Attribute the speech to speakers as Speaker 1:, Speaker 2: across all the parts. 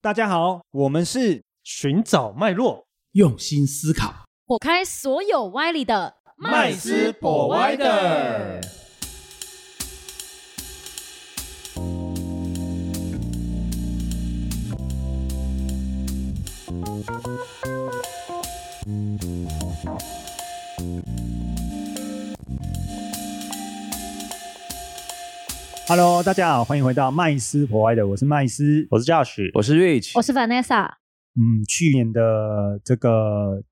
Speaker 1: 大家好，我们是
Speaker 2: 寻找脉络，
Speaker 3: 用心思考。
Speaker 4: 火开所有歪理的
Speaker 2: 麦斯博歪的。
Speaker 1: Hello，大家好，欢迎回到麦斯博爱的，我是麦斯。
Speaker 2: 我是 Josh，
Speaker 5: 我是 Rich，
Speaker 4: 我哦是 Vanessa，
Speaker 1: 嗯，去年的这个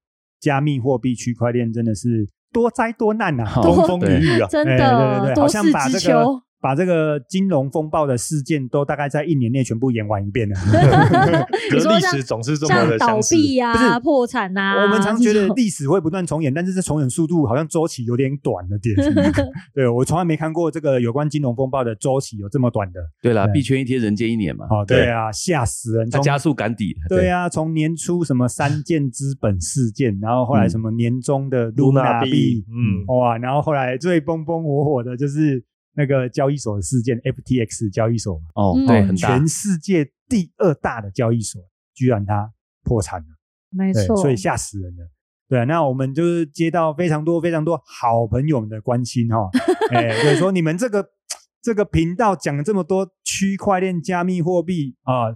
Speaker 1: 加密货币区块链真的是多灾多难啊，
Speaker 5: 好
Speaker 1: 风风雨雨啊，
Speaker 4: 哦 真的
Speaker 1: 哎对对对，
Speaker 4: 多
Speaker 1: 好像把
Speaker 4: 事
Speaker 1: 这
Speaker 4: 之
Speaker 1: 个
Speaker 4: 秋
Speaker 1: 把这个金融风暴的事件都大概在一年内全部演完一遍了。
Speaker 2: 可
Speaker 4: 你
Speaker 2: 是
Speaker 4: 说
Speaker 2: 历
Speaker 4: 像
Speaker 2: 史总是这么
Speaker 4: 像
Speaker 2: 的
Speaker 4: 倒
Speaker 2: 相似。
Speaker 4: 闭呀、
Speaker 1: 不是
Speaker 4: 破产啊呐、
Speaker 1: 我们常觉
Speaker 4: 这
Speaker 1: 得
Speaker 4: 种
Speaker 1: 历史会不断重演，但是这重演速度好像周期有点短了 点。对我从来没看过这个有关金融风暴的周期有这么短的。
Speaker 5: 对啦，
Speaker 1: 对
Speaker 5: 币圈一天人间一年嘛，
Speaker 1: 哦，对啊，吓死人！
Speaker 5: 它
Speaker 1: 从
Speaker 5: 加速赶底，
Speaker 1: 对啊，从年初什么三件资本事件，然后后来什么年中的露娜
Speaker 2: Luna
Speaker 1: 币
Speaker 2: 币，嗯
Speaker 1: 哇，然后后来最风风火火的就是那个交易所的事件，FTX 交易所嘛，
Speaker 5: 哦
Speaker 4: 嗯，
Speaker 5: 对，
Speaker 4: 哦
Speaker 5: 很大
Speaker 1: 全，世界第二大的交易所，居然它破产了，
Speaker 4: 没
Speaker 1: 对，
Speaker 4: 错，
Speaker 1: 哎所以吓死人了。对啊，那我们就是接到非常多非常多好朋友们的关心 哈、哦，哎，就是说你们这个这个频道讲了这么多区块链、加密货币啊、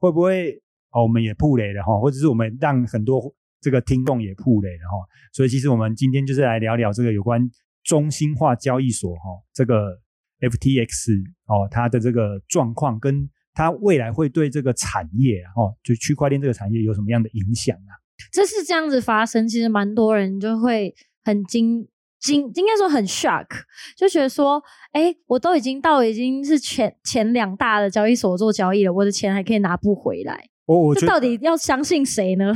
Speaker 1: 会不会哦？我们也铺雷了哈、或者是我们让很多这个听众也铺雷了哈、所以其实我们今天就是来聊聊这个有关中心化交易所哈、这个 FTX 哦，它的这个状况跟它未来会对这个产业啊哦，就区块链这个产业有什么样的影响啊？
Speaker 4: 这是这样子发生，其实蛮多人就会很惊惊，应该说很 shock，就觉得说，哎、我都已经到已经是前前两大的交易所做交易了，我的钱还可以拿不回来，
Speaker 1: 我我觉
Speaker 4: 这
Speaker 1: 得
Speaker 4: 到底要相信 谁呢？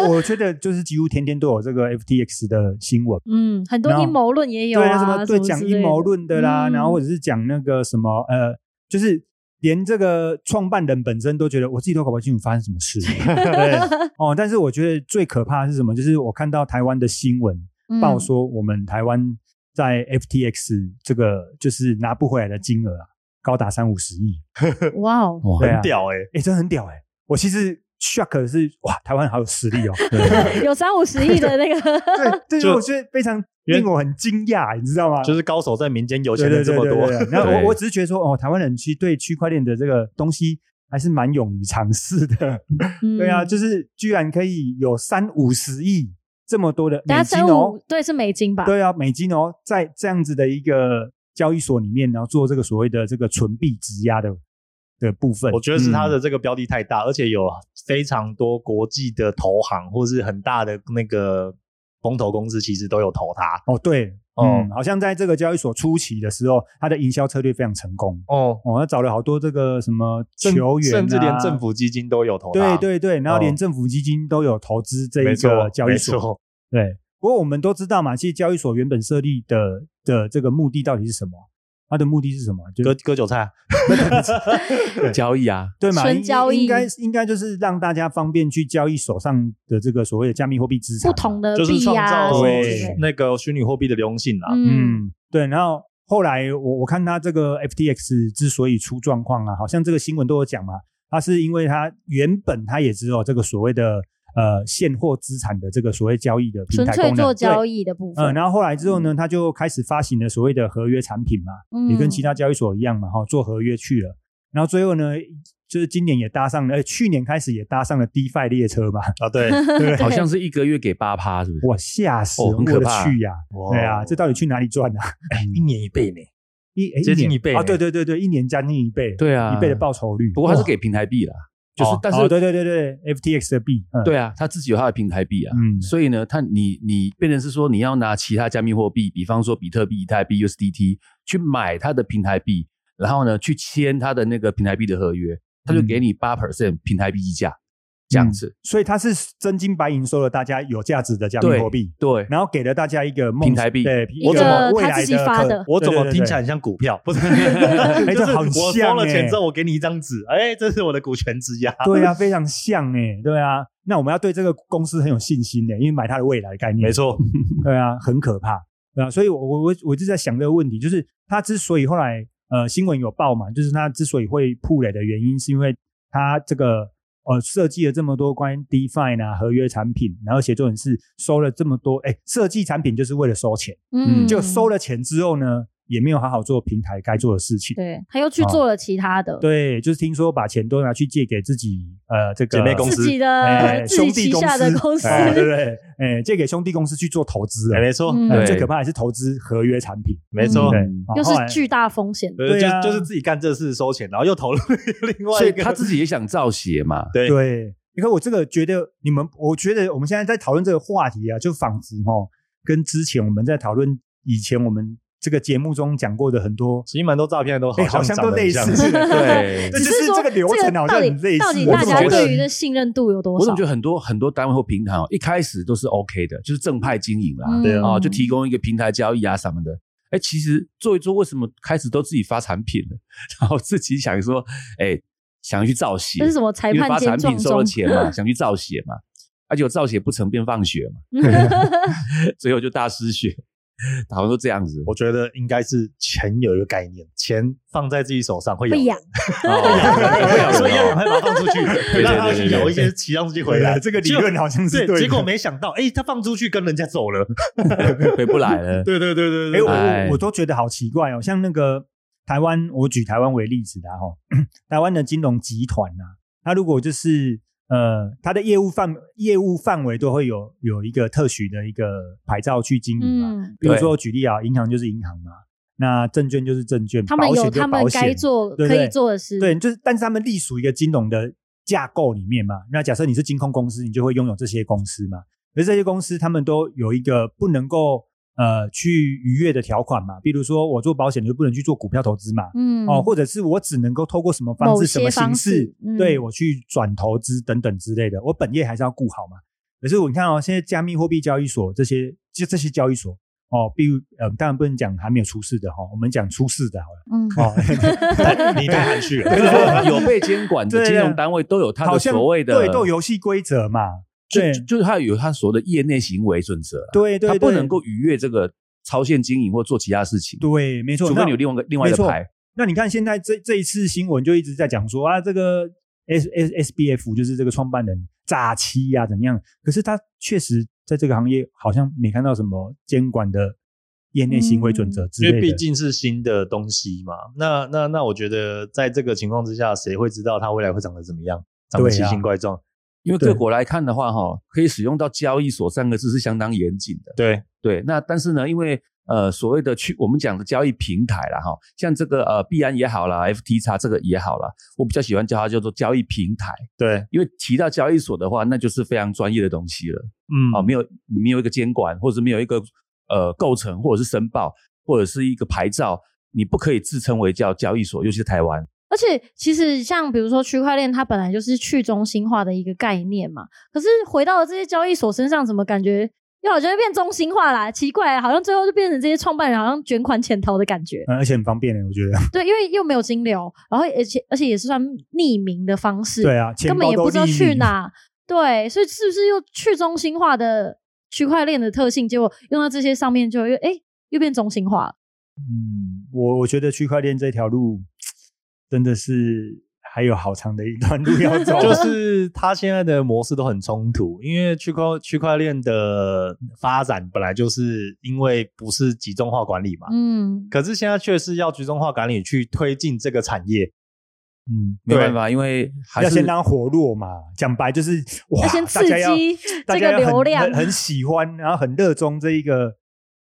Speaker 1: 我我觉得就是几乎天天都有这个 FTX 的新闻。
Speaker 4: 嗯，很多
Speaker 1: 然后
Speaker 4: 阴谋论也有
Speaker 1: 对
Speaker 4: 啊，
Speaker 1: 什么对讲
Speaker 4: 之类
Speaker 1: 阴谋论的啦，
Speaker 4: 嗯
Speaker 1: 然后或者是讲那个什么呃，就是连这个创办人本身都觉得我自己都搞不清楚发生什么事。 对哦，但是我觉得最可怕的是什么？就是我看到台湾的新闻报
Speaker 4: 嗯
Speaker 1: 说，我们台湾在 FTX 这个就是拿不回来的金额啊，高达三五十亿，
Speaker 4: 哇哦，
Speaker 5: 哇
Speaker 1: 对啊，
Speaker 2: 屌哎、
Speaker 1: 哎，真的很屌哎！我其实 shock 的是哇，台湾好有实 力哦。
Speaker 4: 有三五十亿的那个
Speaker 1: 对，这是
Speaker 2: 就
Speaker 1: 我觉得非常
Speaker 2: 因为
Speaker 1: 令我很惊讶，你知道吗？
Speaker 2: 就是高手在民间有钱人这么多，
Speaker 1: 对对对对对然后
Speaker 5: 对
Speaker 1: 我我只是觉得说，哦，台湾人其实对区块链的这个东西还是蛮勇于尝试的。对啊，
Speaker 4: 嗯
Speaker 1: 就是居然可以有三五十亿这么多的
Speaker 4: 等
Speaker 1: 美
Speaker 4: 下
Speaker 1: 金
Speaker 4: 三五
Speaker 1: 哦，
Speaker 4: 对是美金吧？
Speaker 1: 对啊，美金哦，在这样子的一个交易所里面，然后做这个所谓的这个纯币质押的的部分，
Speaker 2: 我觉得是
Speaker 3: 嗯
Speaker 2: 他的这个标的太大，而且有非常多国际的投行或是很大的那个风投公司，其实都有投他。
Speaker 1: 哦，对，
Speaker 2: 哦
Speaker 1: 嗯，好像在这个交易所初期的时候，它的营销策略非常成功。
Speaker 2: 哦，
Speaker 1: 哦，他找了好多这个什么
Speaker 2: 甚
Speaker 1: 球员、啊，
Speaker 2: 甚至连政府基金都有投他。
Speaker 1: 对对对，然后连
Speaker 2: 哦
Speaker 1: 政府基金都有投资这
Speaker 2: 没
Speaker 1: 一
Speaker 2: 错，
Speaker 1: 个交易
Speaker 2: 没
Speaker 1: 所。
Speaker 2: 错。
Speaker 1: 对，不过我们都知道嘛，其实交易所原本设立的的这个目的到底是什么？它的目的是什么？就
Speaker 2: 割割韭菜，啊
Speaker 5: 交易啊，
Speaker 1: 对嘛？
Speaker 4: 纯
Speaker 1: 应
Speaker 4: 交易
Speaker 1: 应该应该就是让大家方便去交易手上的这个所谓的加密货币资产
Speaker 4: 不
Speaker 1: 嘛。
Speaker 4: 同的
Speaker 2: 就是
Speaker 4: 币
Speaker 2: 创
Speaker 4: 啊，
Speaker 2: 造
Speaker 4: 什么
Speaker 1: 对
Speaker 4: 之类的
Speaker 2: 那个虚拟货币的流动性啊。
Speaker 4: 嗯，
Speaker 1: 嗯，对。然后后来我我看他这个 FTX 之所以出状况啊，好像这个新闻都有讲嘛，它是因为它原本它也只有这个所谓的呃现货资产的这个所谓交易的平
Speaker 4: 纯
Speaker 1: 台
Speaker 4: 粹
Speaker 1: 功能，
Speaker 4: 做
Speaker 1: 对
Speaker 4: 交易的部
Speaker 1: 嗯，
Speaker 4: 分，
Speaker 1: 然后后来之后呢，他就开始发行了所谓的合约产品嘛，
Speaker 4: 嗯
Speaker 1: 也跟其他交易所一样嘛，哈，做合约去了。然后最后呢，就是今年也搭上了，呃，去年开始也搭上了 DeFi 列车嘛，
Speaker 2: 啊，对，
Speaker 5: 好像是一个月给八趴，是不是？
Speaker 1: 哇，吓死人
Speaker 5: 哦很
Speaker 1: 我
Speaker 5: 可
Speaker 1: 的
Speaker 5: 怕
Speaker 1: 去呀、
Speaker 2: 哇
Speaker 1: 对啊，这到底去哪里赚啊？
Speaker 2: 一年一倍呢。
Speaker 1: 一哎
Speaker 2: 接近
Speaker 1: 年
Speaker 2: 一倍
Speaker 1: 啊，
Speaker 2: 呢
Speaker 1: 对对对对，一年将近一倍，
Speaker 5: 对啊，
Speaker 1: 一倍的报酬率。
Speaker 5: 不过它是
Speaker 1: 哇
Speaker 5: 给平台币啦，就是
Speaker 1: 哦
Speaker 5: 但
Speaker 1: 哦
Speaker 5: 是
Speaker 1: 对对对对，FTX 的币，嗯，
Speaker 5: 对啊，它自己有它的平台币啊，
Speaker 1: 嗯
Speaker 5: 所以呢，它你你变成是说你要拿其他加密货币，比方说比特币、以太币、USDT 去买它的平台币，然后呢去签它的那个平台币的合约，它就
Speaker 1: 嗯
Speaker 5: 给你八 percent 平台币溢价这样子，
Speaker 1: 所以它是真金白银收了大家有价值的加密
Speaker 5: 对
Speaker 1: 货币，
Speaker 5: 对，
Speaker 1: 然后给了大家一个梦
Speaker 5: 平台币
Speaker 1: 对，
Speaker 2: 我
Speaker 1: 个
Speaker 2: 怎么
Speaker 1: 未
Speaker 4: 他
Speaker 1: 来
Speaker 4: 自己发
Speaker 1: 可
Speaker 4: 的
Speaker 2: 我怎
Speaker 1: 对对
Speaker 2: 么
Speaker 1: 对
Speaker 2: 听起
Speaker 1: 对
Speaker 2: 来很像股票？ 不是，
Speaker 1: 哎
Speaker 2: 就
Speaker 1: 这
Speaker 2: 是
Speaker 1: 好像
Speaker 2: 我收了钱
Speaker 1: 哎
Speaker 2: 之后，我给你一张纸，哎，这是我的股权质押。
Speaker 1: 对啊，非常像哎、对啊。那我们要对这个公司很有信心欸呢、因为买它的未来的概念，
Speaker 2: 没，错，
Speaker 1: 对啊，很可怕，对啊。所以我我我我就在想这个问题，就是它之所以后来呃新闻有报嘛，就是它之所以会铺雷的原因，是因为它这个呃设计了这么多关于 DeFi 啊合约产品，然后写作人是收了这么多，哎，设计产品就是为了收钱，
Speaker 5: 嗯
Speaker 1: 就收了钱之后呢，也没有好好做平台该做的事情。
Speaker 4: 对，他又去
Speaker 5: 哦
Speaker 4: 做了其他的，
Speaker 1: 对，就是听说把钱都拿去借给自己呃这个
Speaker 2: 姐妹公司
Speaker 4: 自己
Speaker 1: 哎
Speaker 4: 的呃自己
Speaker 1: 兄弟
Speaker 4: 旗
Speaker 1: 公
Speaker 4: 下的
Speaker 1: 司
Speaker 4: 公司，
Speaker 1: 哎对不对？哎，借给兄弟公司去做投资
Speaker 2: 哎哦
Speaker 1: 了。
Speaker 2: 没错，
Speaker 4: 嗯
Speaker 1: 呃
Speaker 5: 对
Speaker 1: 最可怕的是投资合约产品，
Speaker 2: 没错
Speaker 4: 嗯
Speaker 1: 对，，啊
Speaker 4: 又
Speaker 1: 后来
Speaker 4: 是巨大风险。
Speaker 2: 对，
Speaker 1: 对啊
Speaker 2: 就就是自己干这事收钱，然后又投入 另外
Speaker 5: 所
Speaker 2: 一
Speaker 5: 以
Speaker 2: 个，
Speaker 5: 他自己也想造血嘛，
Speaker 2: 对
Speaker 1: 对，你看我这个觉得你们，我觉得我们现在在讨论这个话题啊，就仿佛哦，跟之前我们在讨论以前我们这个节目中讲过的很多，
Speaker 2: 其实蛮多诈骗都
Speaker 1: 哎，好像
Speaker 2: 像
Speaker 1: 都
Speaker 2: 长得
Speaker 1: 类
Speaker 2: 很像
Speaker 1: 似，
Speaker 5: 对
Speaker 1: 这
Speaker 4: 只
Speaker 1: 就是是
Speaker 4: 说
Speaker 1: 这个流程好像
Speaker 4: 到底
Speaker 1: 很类似。
Speaker 4: 到底
Speaker 1: 我
Speaker 4: 大
Speaker 1: 怎么
Speaker 4: 家
Speaker 1: 觉得
Speaker 4: 对于的信任度有多
Speaker 5: 我怎
Speaker 4: 少
Speaker 5: 么觉？得很多很多单位或平台哦，一开始都是 OK 的，就是正派经营
Speaker 4: 嗯
Speaker 5: 啦，
Speaker 2: 对啊
Speaker 1: 嗯
Speaker 5: 哦，就提供一个平台交易啊什么的。哎，其实做一做，为什么开始都自己发产品了， 然后自己想说，哎，想去造血
Speaker 4: 这是，什么裁
Speaker 5: 因为
Speaker 4: 判
Speaker 5: 发
Speaker 4: 兼
Speaker 5: 产
Speaker 4: 撞
Speaker 5: 品收
Speaker 4: 钟
Speaker 5: 了？钱嘛，想去造血嘛，而且我造血不成便放血嘛， 所以我就大失血，好像都这样子。
Speaker 2: 我觉得应该是钱有一个概念，钱放在自己手上会
Speaker 4: 会
Speaker 2: 痒
Speaker 4: 痒，
Speaker 5: 哦
Speaker 2: 所以要赶快把它放出去，
Speaker 5: 对
Speaker 2: 让它去
Speaker 5: 对对
Speaker 2: 咬
Speaker 5: 对
Speaker 2: 一些骑上去回
Speaker 1: 回
Speaker 2: 来
Speaker 1: 来，。啊这个理论好像是
Speaker 2: 对，
Speaker 1: 对的。
Speaker 2: 结果没想到，哎，他放出去跟人家走了。
Speaker 5: 回不 来了。
Speaker 2: 对对对
Speaker 1: 哎，
Speaker 2: 对对，
Speaker 1: 我
Speaker 5: 哎
Speaker 1: 我我都觉得好奇怪哦，像那个台湾，我举台湾为例子的哈、 台湾的金融集团呐、它如果就是呃，它的业务范业务范围都会有有一个特许的一个牌照去经营嘛。
Speaker 4: 嗯，
Speaker 1: 比如
Speaker 5: 对
Speaker 1: 说举例啊，银行就是银行嘛，那证券就是证券，
Speaker 4: 他们
Speaker 1: 保险
Speaker 4: 有
Speaker 1: 就
Speaker 4: 他们
Speaker 1: 保
Speaker 4: 该
Speaker 1: 险，
Speaker 4: 做
Speaker 1: 对
Speaker 4: 可
Speaker 1: 不
Speaker 4: 以
Speaker 1: 对
Speaker 4: 做的事，
Speaker 1: 对，就是但是他们隶属一个金融的架构里面嘛。那假设你是金控公司，你就会拥有这些公司嘛。而这些公司他们都有一个不能够呃去逾越的条款嘛，比如说我做保险就不能去做股票投资嘛，
Speaker 4: 嗯，
Speaker 1: 哦，或者是我只能够透过什么方
Speaker 4: 某
Speaker 1: 式、什么
Speaker 4: 些
Speaker 1: 形
Speaker 4: 方
Speaker 1: 式
Speaker 4: 式，嗯
Speaker 1: 对我去转投资等等之类的，我本业还是要顾好嘛。可是我你看哦，现在加密货币交易所这些，就这些交易所哦，比如呃，当然不能讲还没有出事的哈、哦，我们讲出事的好了。
Speaker 4: 嗯，
Speaker 1: 哦，
Speaker 2: 你太含蓄了
Speaker 5: 就是说 有被监管的金融单位都有它
Speaker 1: 啊好
Speaker 5: 的
Speaker 1: 像
Speaker 5: 所谓的
Speaker 1: 对，都有游戏规则嘛。
Speaker 5: 就
Speaker 1: 对
Speaker 5: 就就是它有它所谓的业内行为准则啦，
Speaker 1: 对对，
Speaker 5: 它不
Speaker 1: 对
Speaker 5: 能够逾越这个超限经营或做其他事情，
Speaker 1: 对，没错。
Speaker 5: 除非
Speaker 1: 那
Speaker 5: 你有另外一个另外一
Speaker 1: 没
Speaker 5: 个
Speaker 1: 错
Speaker 5: 牌，
Speaker 1: 那你看现在这这一次新闻就一直在讲说啊，这个 S S S B F 就是这个创办人诈欺呀、怎样？可是他确实在这个行业好像没看到什么监管的业内行为准则
Speaker 5: 嗯
Speaker 1: 之
Speaker 2: 因为
Speaker 1: 类
Speaker 2: 毕
Speaker 1: 的。
Speaker 2: 竟是新的东西嘛。那那那，我觉得在这个情况之下，谁会知道它未来会长得怎么样？长得
Speaker 1: 对
Speaker 2: 奇
Speaker 1: 啊
Speaker 2: 形怪状。
Speaker 5: 因为
Speaker 1: 对
Speaker 5: 各国来看的话，哈，可以使用到交易所三个字是相当严谨的。
Speaker 2: 对，
Speaker 5: 对，那但是呢，因为呃所谓的去我们讲的交易平台啦，哈，像这个呃币安也好啦，FTX 这个也好啦，我比较喜欢叫它叫做交易平台，
Speaker 2: 对，
Speaker 5: 因为提到交易所的话，那就是非常专业的东西了。
Speaker 2: 嗯
Speaker 5: 啊，没有没有一个监管，或者是没有一个呃构成，或者是申报，或者是一个牌照，你不可以自称为叫交易所，尤其是台湾。
Speaker 4: 而且其实像比如说区块链，它本来就是去中心化的一个概念嘛。可是回到了这些交易所身上，怎么感觉又好像变中心化啦？奇怪，好像最后就变成这些创办人好像卷款潜逃的感 觉。
Speaker 1: 嗯而且很方便的，我觉得。
Speaker 4: 对，因为又没有金流，然后而且而且也是算匿名的方式，
Speaker 1: 对啊，钱
Speaker 4: 根本
Speaker 1: 包
Speaker 4: 也
Speaker 1: 都
Speaker 4: 不知道
Speaker 1: 匿
Speaker 4: 去
Speaker 1: 名。
Speaker 4: 哪。对，所以是不是又去中心化的区块链的特性，结果用到这些上面就又哎又变中心化了？
Speaker 1: 嗯，我我觉得区块链这条路真的是还有好长的一段路要 走。
Speaker 2: 就是它现在的模式都很冲突，因为区块区块链的发展本来就是因为不是集中化管理嘛，
Speaker 4: 嗯，
Speaker 2: 可是现在却是要集中化管理去推进这个产业。
Speaker 5: 嗯，没
Speaker 2: 对
Speaker 5: 办法，因为还
Speaker 1: 要
Speaker 5: 是
Speaker 1: 先让它活络嘛，讲白就是哇，
Speaker 4: 要先刺
Speaker 1: 大家要
Speaker 4: 激
Speaker 1: 大
Speaker 4: 这
Speaker 1: 家
Speaker 4: 个
Speaker 1: 要很
Speaker 4: 流量
Speaker 1: 很，很喜欢，然后很热衷这一个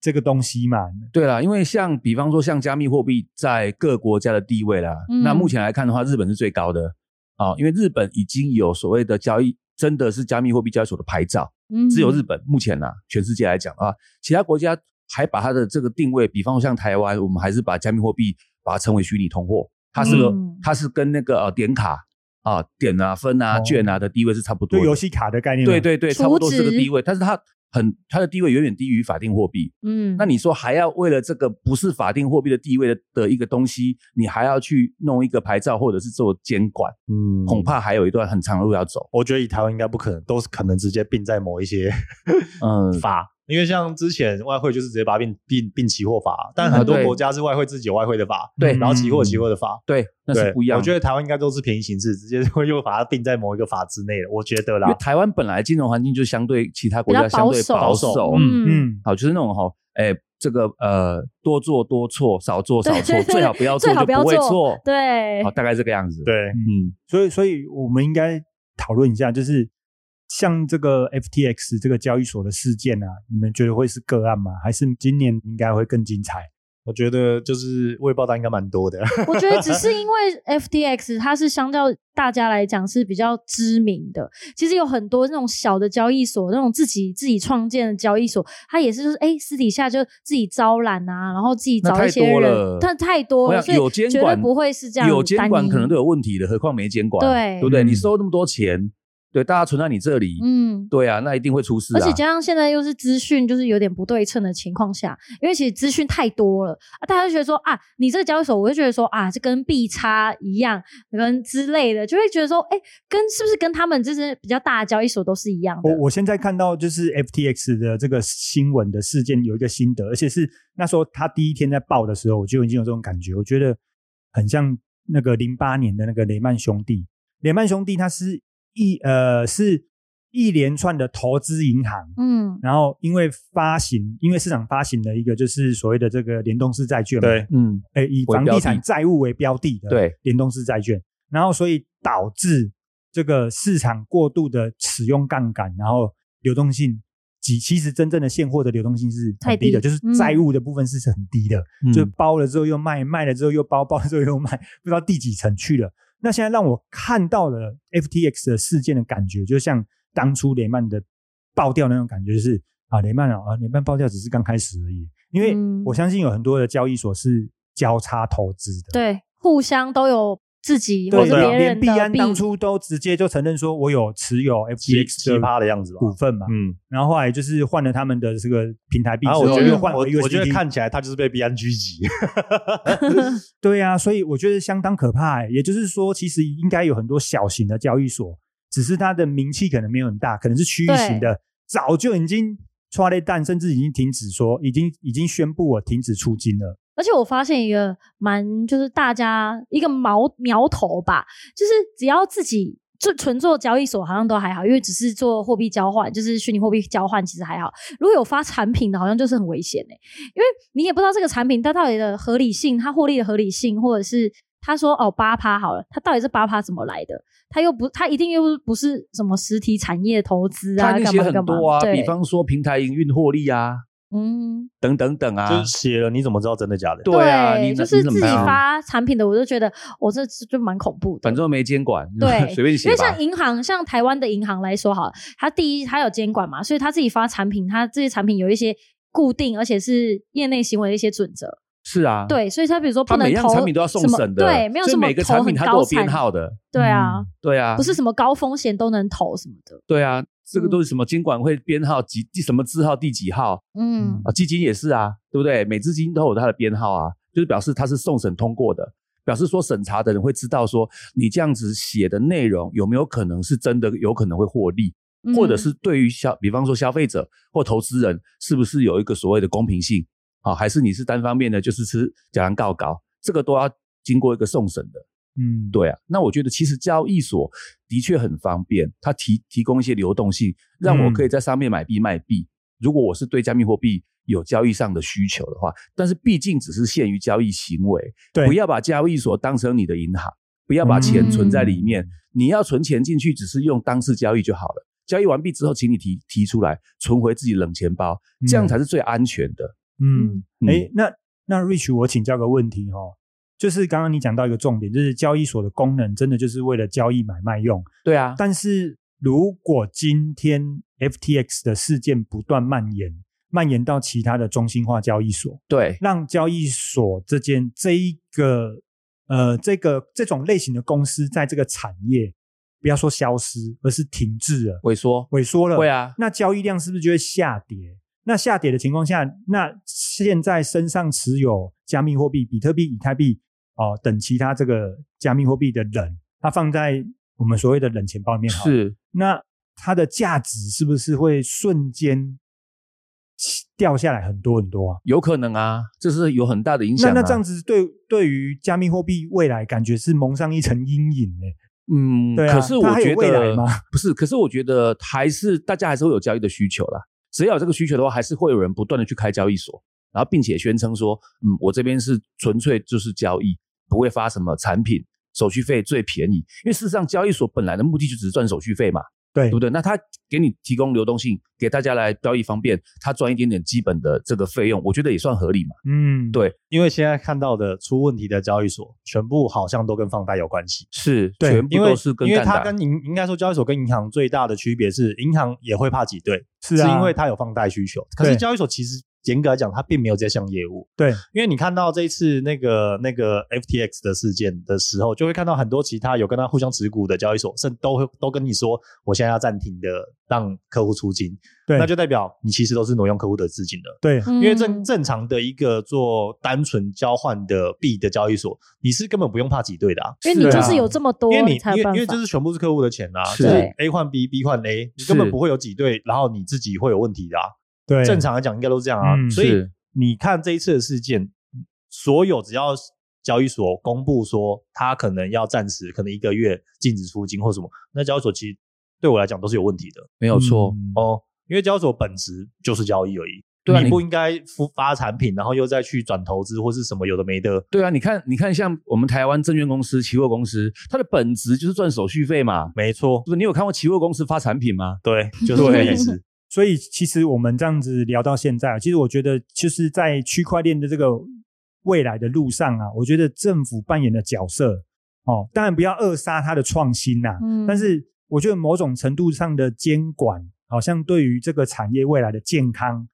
Speaker 1: 这个东西嘛。
Speaker 5: 对啦，因为像比方说像加密货币在各国家的地位啦，
Speaker 4: 嗯
Speaker 5: 那目前来看的话，日本是最高的啊、因为日本已经有所谓的交易，真的是加密货币交易所的牌照，
Speaker 4: 嗯
Speaker 5: 只有日本目前呢、全世界来讲啊，其他国家还把它的这个定位，比方说像台湾，我们还是把加密货币把它称为虚拟通货，它是个、
Speaker 4: 嗯
Speaker 5: 它是跟那个呃点卡啊、点啊、分啊、
Speaker 1: 哦
Speaker 5: 券啊的地位是差不多
Speaker 1: 就
Speaker 5: 的，
Speaker 1: 游戏卡的概念嘛，
Speaker 5: 对对对，
Speaker 4: 储
Speaker 5: 差不多是这个
Speaker 4: 值
Speaker 5: 地位，但是它很它的地位远远低于法定货币。
Speaker 4: 嗯，
Speaker 5: 那你说还要为了这个不是法定货币的地位的的一个东西，你还要去弄一个牌照或者是做监管，
Speaker 2: 嗯
Speaker 5: 恐怕还有一段很长的路要走。
Speaker 2: 我觉得以台湾应该不可能，都是可能直接并在某一些
Speaker 5: 嗯，
Speaker 2: 法因为像之前外汇就是直接把它并并并期货法，啊但很
Speaker 5: 嗯
Speaker 2: 多
Speaker 5: 对
Speaker 2: 国家是外汇自己有外汇的法，
Speaker 5: 对
Speaker 2: 然后期货有
Speaker 1: 嗯
Speaker 2: 期货的法，
Speaker 5: 对，那是
Speaker 2: 对
Speaker 5: 不一样的。
Speaker 2: 我觉得台湾应该都是平行形式，直接会又把它并在某一个法之内的，我觉得
Speaker 5: 因为
Speaker 2: 啦。
Speaker 5: 台湾本来金融环境就相对其他国家
Speaker 4: 比较
Speaker 5: 相
Speaker 4: 保
Speaker 5: 对
Speaker 4: 守
Speaker 5: 保守，
Speaker 4: 嗯
Speaker 1: 嗯，
Speaker 5: 好，就是那种哈，哎、这个呃，多做多错，少做少错，
Speaker 4: 对
Speaker 5: 最好不要做，
Speaker 4: 最好不要
Speaker 5: 就不会
Speaker 4: 做
Speaker 5: 错，哦
Speaker 4: 对
Speaker 5: 好，，大概这个样子。，
Speaker 2: 对，
Speaker 5: 嗯，
Speaker 1: 所以，所以我们应该讨论一下，就是像这个 FTX 这个交易所的事件啊，你们觉得会是个案吗？还是今年应该会更精彩？
Speaker 2: 我觉得就是未报单应该蛮多的。
Speaker 4: 我觉得只是因为 FTX 它是相较大家来讲是比较知名的，其实有很多那种小的交易所，那种自己自己创建的交易所，它也是就是哎、私底下就自己招揽啊，然后自己
Speaker 5: 那
Speaker 4: 找
Speaker 5: 太
Speaker 4: 一些
Speaker 5: 多
Speaker 4: 人
Speaker 5: 了，，
Speaker 4: 它太多
Speaker 5: 我
Speaker 4: 了，
Speaker 5: 想
Speaker 4: 所以
Speaker 5: 有监
Speaker 4: 绝对
Speaker 5: 管
Speaker 4: 不会是这样单一，
Speaker 5: 有监管可能都有问题的，何况没监管，
Speaker 4: 对
Speaker 5: 对不对？
Speaker 1: 嗯
Speaker 5: 你收那么多钱，对，大家存在你这里，
Speaker 4: 嗯。
Speaker 5: 对啊，那一定会出事
Speaker 4: 而
Speaker 5: 啊
Speaker 4: 且。加上现在又是资讯就是有点不对称的情况下，因为其实资讯太多了啊，大家就觉得说啊，你这个交易所，我就觉得说啊，这跟币差一样，跟之类的，就会觉得说，哎、跟是不是跟他们这些比较大的交易所都是一样的
Speaker 1: 我？我现在看到就是 FTX 的这个新闻的事件有一个心得，而且是那时候他第一天在报的时候，我就已经有这种感觉，我觉得很像那个零八年的那个雷曼兄弟。雷曼兄弟它是一呃是一连串的投资银行，
Speaker 4: 嗯，
Speaker 1: 然后因为发行，因为市场发行了一个就是所谓的这个联动式债券嘛，
Speaker 2: 对，
Speaker 5: 嗯，
Speaker 1: 诶，以房地产债务为标的的
Speaker 5: 对
Speaker 1: 联动式债券，然后所以导致这个市场过度的使用杠杆，然后流动性。其其实真正的现货的流动性是很低的，
Speaker 4: 太低嗯
Speaker 1: 就是债务的部分是很低的，
Speaker 5: 嗯
Speaker 1: 就包了之后又卖，卖了之后又包，包了之后又卖，不知道第几层去了。那现在让我看到了 FTX 的事件的感觉，就像当初雷曼的爆掉那种感觉，就是啊，雷曼啊，啊雷曼爆掉只是刚开始而已。因为
Speaker 4: 嗯
Speaker 1: 我相信有很多的交易所是交叉投资的，
Speaker 4: 对，互相都有自己或
Speaker 1: 对
Speaker 4: 者
Speaker 2: 对啊
Speaker 4: 别
Speaker 1: 连
Speaker 4: 人
Speaker 1: 币
Speaker 4: 的
Speaker 1: 安
Speaker 4: 币，
Speaker 1: 当初都直接就承认说我有持有
Speaker 2: 奇
Speaker 1: FTX
Speaker 2: 奇葩的样子吧。
Speaker 1: 股份嘛，
Speaker 2: 嗯，
Speaker 1: 然后后来就是换了他们的这个平台币之
Speaker 2: 然后
Speaker 1: 后，
Speaker 2: 我觉得
Speaker 1: 又换
Speaker 2: 我
Speaker 1: 回 USDT，
Speaker 2: 我觉得看起来他就是被币安狙击。
Speaker 1: 对啊，所以我觉得相当可怕、欸。也就是说，其实应该有很多小型的交易所，只是它的名气可能没有很大，可能是区域型的，早就已经抓了蛋，甚至已经停止说，已经已经宣布我停止出金了。
Speaker 4: 而且我发现一个蛮就是大家一个苗苗头吧，就是只要自己就纯做交易所好像都还好，因为只是做货币交换，就是虚拟货币交换其实还好。如果有发产品的，好像就是很危险哎、因为你也不知道这个产品它到底的合理性，它获利的合理性，或者是他说哦八趴好了，它到底是八趴怎么来的？它又不，它一定又不是什么实体产业投资啊，
Speaker 5: 他一定
Speaker 4: 干
Speaker 5: 写
Speaker 4: 嘛
Speaker 5: 很
Speaker 4: 干嘛？
Speaker 5: 多啊，
Speaker 4: 对，
Speaker 5: 比方说平台营运获利啊，
Speaker 4: 嗯，
Speaker 5: 等等等啊，
Speaker 2: 就是写了，你怎么知道真的假的？
Speaker 5: 对啊，你
Speaker 4: 就是自己，
Speaker 5: 你怎么办啊
Speaker 4: 发产品的，我就觉得我、哦这就蛮恐怖的。
Speaker 5: 反正没监管，
Speaker 4: 对
Speaker 5: 随便
Speaker 4: 因
Speaker 5: 写
Speaker 4: 为
Speaker 5: 吧
Speaker 4: 像。银行，像台湾的银行来说好了，它第一它有监管嘛，所以它自己发产品，它这些产品有一些固定，而且是业内行为的一些准则。
Speaker 5: 是啊，。
Speaker 4: 对，所以它比如说不
Speaker 5: 它
Speaker 4: 能
Speaker 5: 每样
Speaker 4: 投
Speaker 5: 产品都要送
Speaker 4: 什么
Speaker 5: 审的，
Speaker 4: 对，没有
Speaker 5: 所以
Speaker 4: 什么
Speaker 5: 每个
Speaker 4: 投
Speaker 5: 产
Speaker 4: 很
Speaker 5: 品它都
Speaker 4: 高
Speaker 5: 有编
Speaker 4: 产
Speaker 5: 号的，
Speaker 4: 对啊，
Speaker 1: 嗯
Speaker 5: 对啊，
Speaker 4: 不是什么高风险都能投什么的。
Speaker 5: 对啊，这个
Speaker 4: 嗯
Speaker 5: 都是什么监管会编号几第什么字号第几号
Speaker 4: 嗯
Speaker 5: 啊？基金也是啊，对不对？每只基金都有它的编号啊，就是表示它是送审通过的，表示说审查的人会知道说你这样子写的内容有没有可能是真的，有可能会获利，
Speaker 4: 嗯
Speaker 5: 或者是对于消，比方说消费者或投资人是不是有一个所谓的公平性啊？还是你是单方面的，就是吃假狼告告，这个都要经过一个送审的。
Speaker 1: 嗯，
Speaker 5: 对啊，那我觉得其实交易所的确很方便，它提提供一些流动性，让我
Speaker 1: 嗯
Speaker 5: 可以在上面买币卖币。如果我是对加密货币有交易上的需求的话，但是毕竟只是限于交易行为，
Speaker 1: 对
Speaker 5: 不要把交易所当成你的银行，不要把钱存在里
Speaker 1: 嗯
Speaker 5: 面。你要存钱进去，只是用当次交易就好了。交易完毕之后，请你提提出来，存回自己冷钱包，这样
Speaker 1: 嗯
Speaker 5: 才是最安全的。
Speaker 1: 嗯，
Speaker 5: 嗯
Speaker 1: 哎、那那 Rich，我请教个问题哦，就是刚刚你讲到一个重点，就是交易所的功能真的就是为了交易买卖用，
Speaker 5: 对啊，
Speaker 1: 但是如果今天 FTX 的事件不断蔓延，蔓延到其他的中心化交易所，
Speaker 5: 对，
Speaker 1: 让交易所这间这一个呃这个这种类型的公司在这个产业不要说消失，而是停滞了、
Speaker 5: 萎缩
Speaker 1: 萎缩了，
Speaker 5: 会啊，
Speaker 1: 那交易量是不是就会下跌？那下跌的情况下，那现在身上持有加密货币、比特币、以太币哦、等其他这个加密货币的人，他放在我们所谓的冷钱包里面好了，
Speaker 5: 是
Speaker 1: 那它的价值是不是会瞬间掉下来很多很多啊。
Speaker 5: 有可能啊，这是有很大的影响、
Speaker 1: 那
Speaker 5: 啊。
Speaker 1: 那这样子对对于加密货币未来感觉是蒙上一层阴影诶、
Speaker 5: 嗯，
Speaker 1: 对啊
Speaker 5: 可是
Speaker 1: 它
Speaker 5: 我
Speaker 1: 还有
Speaker 5: 觉
Speaker 1: 未来
Speaker 5: 得
Speaker 1: 吗
Speaker 5: 不是，可是我觉得还是大家还是会有交易的需求啦。只要有这个需求的话，还是会有人不断的去开交易所，然后并且宣称说，嗯，我这边是纯粹就是交易，不会发什么产品，手续费最便宜。因为事实上，交易所本来的目的就只是赚手续费嘛，
Speaker 1: 对
Speaker 5: 对不对？那他给你提供流动性，给大家来交易方便，他赚一点点基本的这个费用，我觉得也算合理嘛。
Speaker 1: 嗯，
Speaker 5: 对
Speaker 2: 因为现在看到的出问题的交易所，全部好像都跟放贷有关系。
Speaker 5: 是，
Speaker 1: 对
Speaker 5: 全部
Speaker 2: 因为
Speaker 5: 都是跟
Speaker 2: 因为
Speaker 5: 干
Speaker 2: 它
Speaker 5: 打。
Speaker 2: 跟银应该说交易所跟银行最大的区别是，银行也会怕挤兑，
Speaker 1: 是啊
Speaker 2: 因为它有放贷需求。可是
Speaker 1: 对
Speaker 2: 交易所其实严格来讲，它并没有这项业务。
Speaker 1: 对，
Speaker 2: 因为你看到这一次那个那个 FTX 的事件的时候，就会看到很多其他有跟他互相持股的交易所，甚至都会都跟你说，我现在要暂停的让客户出金，
Speaker 1: 对
Speaker 2: 那就代表你其实都是挪用客户的资金了。
Speaker 1: 对
Speaker 4: 因
Speaker 2: 因为正正常的一个做单纯交换的币的交易所，你是根本不用怕挤兑的啊，
Speaker 4: 因为你
Speaker 1: 是
Speaker 4: 就
Speaker 1: 啊
Speaker 4: 是有这么多，
Speaker 2: 因为你
Speaker 4: 才
Speaker 2: 因
Speaker 4: 有
Speaker 2: 为
Speaker 4: 办
Speaker 2: 因为
Speaker 4: 法
Speaker 2: 这是全部是客户的钱啊，
Speaker 5: 是
Speaker 2: 就是
Speaker 4: 对
Speaker 2: A 换 B B 换 A，你根
Speaker 5: 是
Speaker 2: 本不会有挤兑，然后你自己会有问题的啊。
Speaker 1: 对，
Speaker 2: 正常来讲应该都是这样啊，
Speaker 1: 嗯
Speaker 2: 所以
Speaker 5: 是
Speaker 2: 你看这一次的事件，所有只要交易所公布说他可能要暂时可能一个月禁止出金或什么，那交易所其实对我来讲都是有问题的
Speaker 5: 没有错，
Speaker 1: 嗯
Speaker 2: 哦，因为交易所本质就是交易而已。
Speaker 5: 对啊
Speaker 2: 你
Speaker 5: 你
Speaker 2: 不应该复发产品，然后又再去转投资或是什么有的没的，
Speaker 5: 对啊，你看，你看，像我们台湾证券公司、期货公司，它的本质就是赚手续费嘛，
Speaker 2: 没错
Speaker 5: 是，不是？你有看过期货公司发产品吗？
Speaker 2: 对，就是这个意 思。
Speaker 1: 所以其实我们这样子聊到现在，其实我觉得就是在区块链的这个未来的路上啊，我觉得政府扮演的角色哦，当然不要扼杀它的创新呐、
Speaker 4: 嗯
Speaker 1: 但是我觉得某种程度上的监管，好像对于这个产业未来的健康，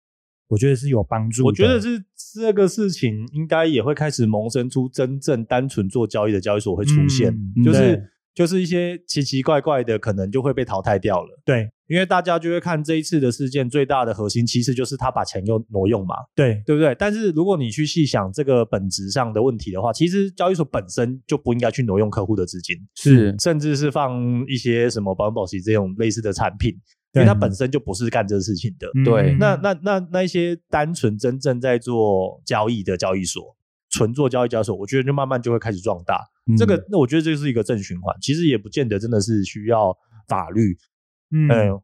Speaker 1: 我觉得是有帮助的。
Speaker 2: 我觉得是这个事情应该也会开始萌生出真正单纯做交易的交易所会出现，
Speaker 1: 嗯
Speaker 2: 就
Speaker 1: 对
Speaker 2: 是就是一些奇奇怪怪的可能就会被淘汰掉了。
Speaker 1: 对
Speaker 2: 因为大家就会看这一次的事件最大的核心，其实就是他把钱又挪用嘛，
Speaker 1: 对
Speaker 2: 对不对？但是如果你去细想这个本质上的问题的话，其实交易所本身就不应该去挪用客户的资金，
Speaker 5: 是
Speaker 2: 甚至是放一些什么保险保险这种类似的产品，因
Speaker 1: 对嗯
Speaker 2: 为它本身就不是干这个事情的。
Speaker 5: 对
Speaker 2: 那那那那一些单纯真正在做交易的交易所，纯做交易交易所，我觉得就慢慢就会开始壮大。
Speaker 5: 嗯
Speaker 2: 这个，那我觉得这是一个正循环，其实也不见得真的是需要法律。
Speaker 1: 嗯
Speaker 2: 嗯，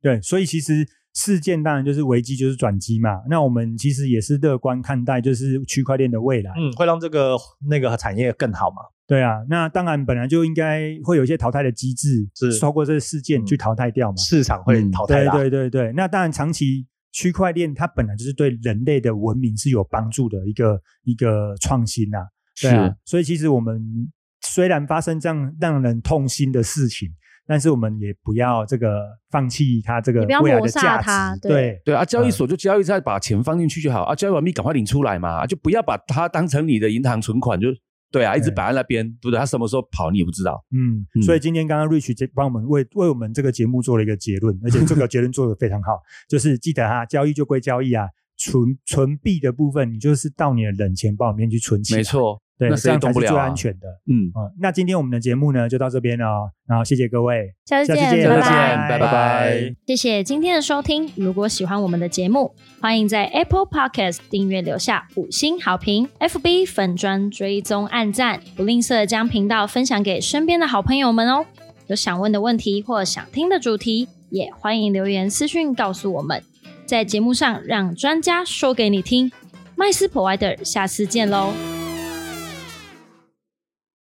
Speaker 1: 对，所以其实事件当然就是危机就是转机嘛。那我们其实也是乐观看待，就是区块链的未来。
Speaker 2: 嗯，会让这个那个产业更好嘛？
Speaker 1: 对啊，那当然本来就应该会有一些淘汰的机制，
Speaker 2: 是
Speaker 1: 透过这个事件
Speaker 2: 嗯
Speaker 1: 去淘汰掉嘛。
Speaker 2: 市场会淘汰
Speaker 1: 对
Speaker 2: 啦。
Speaker 1: 对对对，那当然长期区块链它本来就是对人类的文明是有帮助的一个一个创新啊。对啊
Speaker 5: 是，
Speaker 1: 所以其实我们虽然发生这样让人痛心的事情，但是我们也不要这个放弃它这个
Speaker 4: 也不要
Speaker 1: 未来的
Speaker 4: 抹煞
Speaker 1: 价
Speaker 4: 它
Speaker 1: 值。
Speaker 4: 对
Speaker 1: 对
Speaker 5: 对啊，交易所就交易，再把钱放进去就好啊，交易完毕赶快领出来嘛，啊就不要把它当成你的银行存款，就对啊，一直
Speaker 1: 对
Speaker 5: 摆在那边，对不对？它什么时候跑你也不知道，
Speaker 1: 嗯，
Speaker 5: 嗯
Speaker 1: 所以今天刚刚 Rich 这帮我们为为我们这个节目做了一个结论，而且这个结论做得非常好， 就是记得哈、交易就归交易啊，存存币的部分你就是到你的冷钱包里面去存起来，
Speaker 5: 没，错，
Speaker 1: 对，
Speaker 5: 那
Speaker 1: 这
Speaker 5: 谁也
Speaker 1: 样才
Speaker 5: 动不
Speaker 1: 是
Speaker 5: 了
Speaker 1: 最
Speaker 5: 啊
Speaker 1: 安全的。
Speaker 5: 嗯，
Speaker 1: 嗯，那今天我们的节目呢就到这边了哦，然后谢谢各位，
Speaker 4: 下次
Speaker 1: 下次
Speaker 4: 见，
Speaker 1: 见
Speaker 4: 拜
Speaker 5: 再见，
Speaker 4: 拜。
Speaker 5: 拜拜。
Speaker 4: 谢谢今天的收听。如果喜欢我们的节目，欢迎在 Apple Podcast 订阅留下五星好评，FB 粉砖追踪按赞，不吝啬将频道分享给身边的好朋友们哦。有想问的问题或想听的主题，也欢迎留言私讯告诉我们，在节目上让专家说给你听。麦斯 Provider，下次见喽。